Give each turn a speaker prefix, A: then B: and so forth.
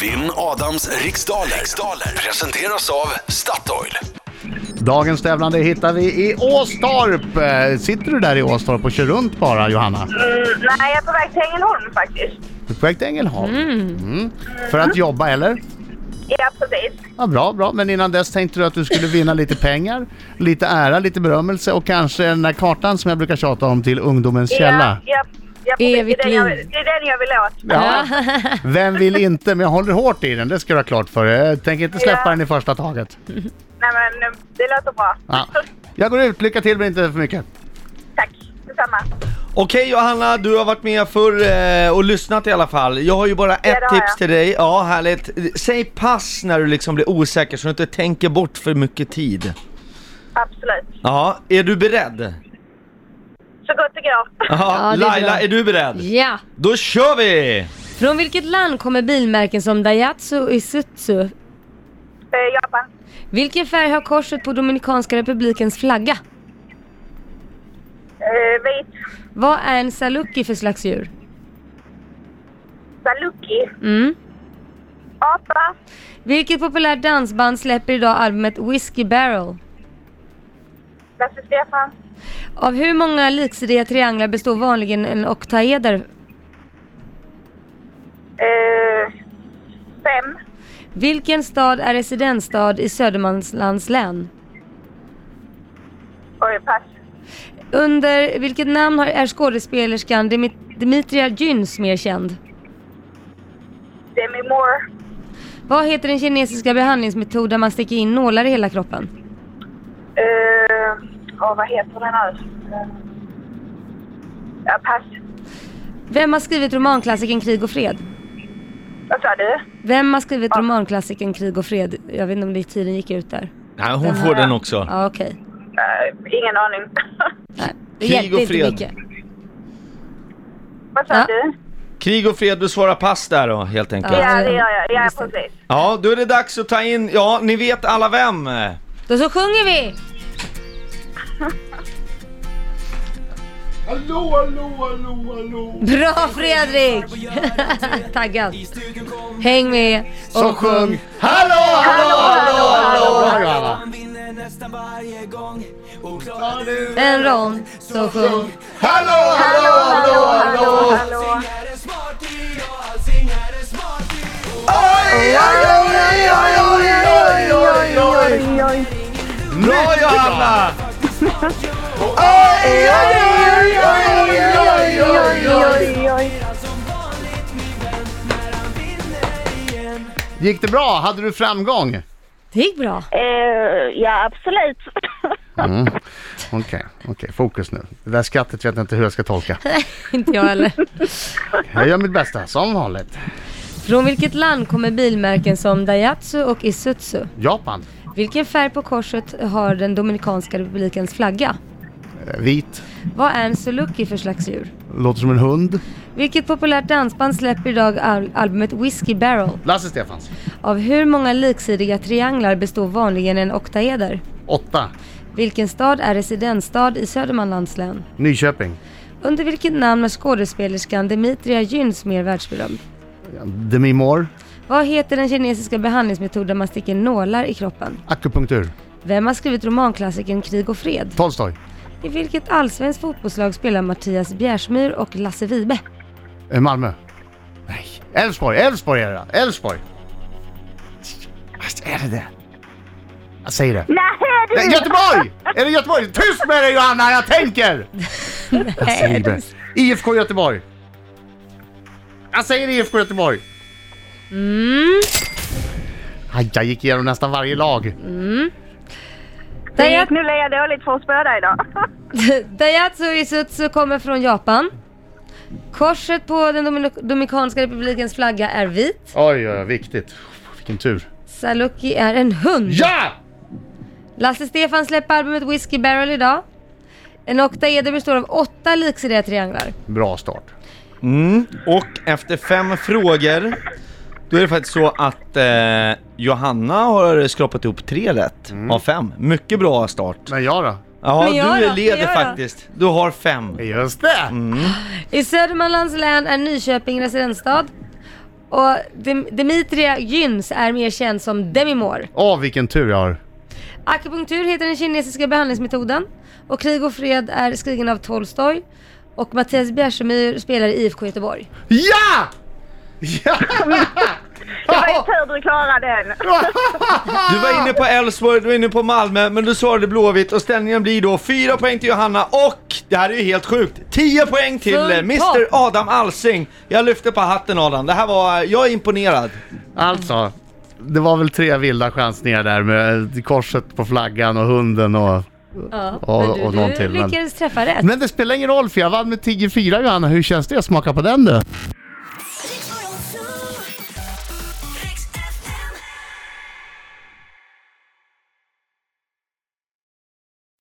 A: Vinn Adams riksdaler. riksdaler presenteras av Statoil.
B: Dagens tävlande hittar vi i Åstorp. Eh, Sitter du där i Åstorp och kör runt bara, Johanna?
C: Mm, nej, jag är på väg till Ängelholm faktiskt.
B: Du är på väg till Ängelholm? Mm. För att jobba, eller?
C: Ja, precis.
B: Ja, bra, bra. Men innan dess tänkte du att du skulle vinna lite pengar, lite ära, lite berömmelse och kanske den där kartan som jag brukar tjata om till Ungdomens källa.
C: Ja, ja, ja, precis.
D: Evigt
C: det, är den
D: liv.
C: jag, det är den jag vill åt.
B: Ja. Vem vill inte? Men jag håller hårt i den, det ska du ha klart för dig. Jag tänker inte släppa
C: Ja.
B: den i första taget.
C: Nej, men eh, det låter bra.
B: Ja. Jag går ut, lycka till men inte för mycket.
C: Tack, detsamma.
E: Okej Johanna, du har varit med förr eh, och lyssnat i alla fall. Jag har ju bara ett
C: det har
E: tips
C: jag.
E: till dig. Ja, härligt. Säg pass när du liksom blir osäker så du inte tänker bort för mycket tid.
C: Absolut.
E: Ja, är du beredd?
C: Så gott det går.
E: Ja,
D: Ja, det är
E: Laila,
D: bra.
E: är du beredd?
D: Ja.
E: Då kör vi!
D: Från vilket land kommer bilmärken som Daihatsu och Isuzu?
C: Eh, Japan.
D: Vilken färg har korset på Dominikanska republikens flagga?
C: Eh, vit.
D: Vad är en saluki för slags djur?
C: Saluki.
D: Mm.
C: Apa.
D: Vilket populärt dansband släpper idag albumet Whiskey Barrel?
C: Lasse Stefan.
D: Av hur många liksidiga trianglar består vanligen en oktaeder?
C: Eh, fem.
D: Vilken stad är residensstad i Södermanlands län?
C: Oj, pass.
D: Under vilket namn har- är skådespelerskan Dimi- Dimitria Gyns mer känd?
C: Demi Moore.
D: Vad heter den kinesiska behandlingsmetod där man sticker in nålar i hela kroppen?
C: Eh, åh, vad heter den nu? Eh, ja, pass.
D: Vem har skrivit romanklassikern Krig och fred?
C: Vad sa du?
D: Vem har skrivit
B: Ah.
D: romanklassikern Krig och fred? Jag vet inte om det tiden gick ut där.
E: Nej, hon får den också.
D: Ja, okej.
C: Eh, ingen aning.
D: Nej, det
E: Krig
D: hjälpte
E: och
D: inte
E: fred.
D: mycket.
C: vad sa
D: Ja.
C: du?
E: Krig och fred, du svarar pass där då helt enkelt.
D: Ja.
E: Ja.
C: Ja, det gör jag. Ja,
D: Just det.
C: precis.
E: då är det dags att ta in, ja ni vet alla vem.
D: Då så sjunger vi!
B: Hallå, hallå, hallå, hallå.
D: Bra Fredrik! Taggad. Häng med
B: Så
D: och
B: sjung. Hallå, hallå, hallå, hallå. Bra Johanna.
D: en rond. Så sjung.
B: Hallå, hallå, hallå, hallå.
C: Hallå.
B: Oj, oj, oj, oj, oj, oj, oj, oj.
E: Bra Johanna!
B: Oj, oj, oj, oj, oj, oj.
C: Oj, oj.
B: Gick det bra? Hade du framgång?
D: Det gick bra.
C: Eh, ja, absolut.
B: Mm. Okej, okej. Fokus nu. Det där skrattet vet jag inte hur jag ska tolka.
D: Inte jag heller.
B: Jag gör mitt bästa, som vanligt.
D: Från vilket land kommer bilmärken som Daihatsu och Isuzu?
B: Japan.
D: Vilken färg på korset har den Dominikanska republikens flagga?
B: Eh, Vit.
D: Vad är en suluki för slags djur?
B: Låter som en hund.
D: Vilket populärt dansband släpper idag al- albumet Whiskey Barrel?
B: Lasse Stefans.
D: Av hur många liksidiga trianglar består vanligen en oktaeder?
B: Åtta.
D: Vilken stad är residensstad i Södermanlands län?
B: Nyköping.
D: Under vilket namn är skådespelerskan Dimitria Gyns mer världsberömd?
B: Demi Moore.
D: Vad heter den kinesiska behandlingsmetod där man sticker nålar i kroppen?
B: Akupunktur.
D: Vem har skrivit romanklassikern Krig och fred?
B: Tolstoj.
D: I vilket allsvenskt fotbollslag spelar Mattias Bjärsmyr och Lasse Vibe?
B: Eh, Malmö. Nej. Elfsborg. Elfsborg är det. Elfsborg. Alltså, Är det det? Jag säger det.
C: Nej, du!
B: Nej, Göteborg! Är det Göteborg? Tyst med dig Johanna, jag tänker! Jag säger det. IFK Göteborg. Jag säger IFK Göteborg. Mm. Aj, jag gick igenom nästan varje lag.
D: Daihat-
C: Nu är jag dåligt för att spöda idag.
D: Daihatsu Isuzu kommer från Japan. Korset på den Domin- Dominikanska republikens flagga är vit.
B: Oj, oj, oj, viktigt. Vilken tur.
D: Saluki är en hund.
B: Ja!
D: Lasse Stefan släpper albumet Whiskey Barrel idag. En oktaeder består av åtta liksidiga trianglar.
B: Bra start.
E: Mm. Och efter fem frågor, då är det faktiskt så att eh, Johanna har skrapat ihop tre rätt av fem. Mycket bra start.
B: Men jag då?
E: Ja,
D: Men jag
E: du
D: då?
E: är leder
D: Men jag då?
E: faktiskt. Du har fem.
B: Just det!
D: I Södermanlands län är Nyköping residensstad. Och Dem- Demetria Gyns är mer känd som Demi Moore.
B: Åh, vilken tur jag har.
D: Akupunktur heter den kinesiska behandlingsmetoden och Krig och fred är skriven av Tolstoj och Mattias Bjärsemyr spelar i IFK Göteborg.
B: Ja! Ja!
C: Det var ju tur du klarade den.
E: Du var inne på Elfsborg, du var inne på Malmö, men du svarade Blåvitt och ställningen blir då 4 poäng till Johanna och, det här är ju helt sjukt, 10 poäng till
D: Full
E: eh, Mr
D: pott.
E: Adam Alsing. Jag lyfter på hatten Adam, det här var, jag är imponerad.
B: Alltså, det var väl tre vilda chansningar där med korset på flaggan och hunden och...
D: Ja,
B: Ja,
D: men du,
B: och någon
D: du
B: till, men-
D: lyckades träffa rätt.
B: Men det spelar ingen roll för jag vann med 10-4 Johanna, hur känns det att smaka på den du?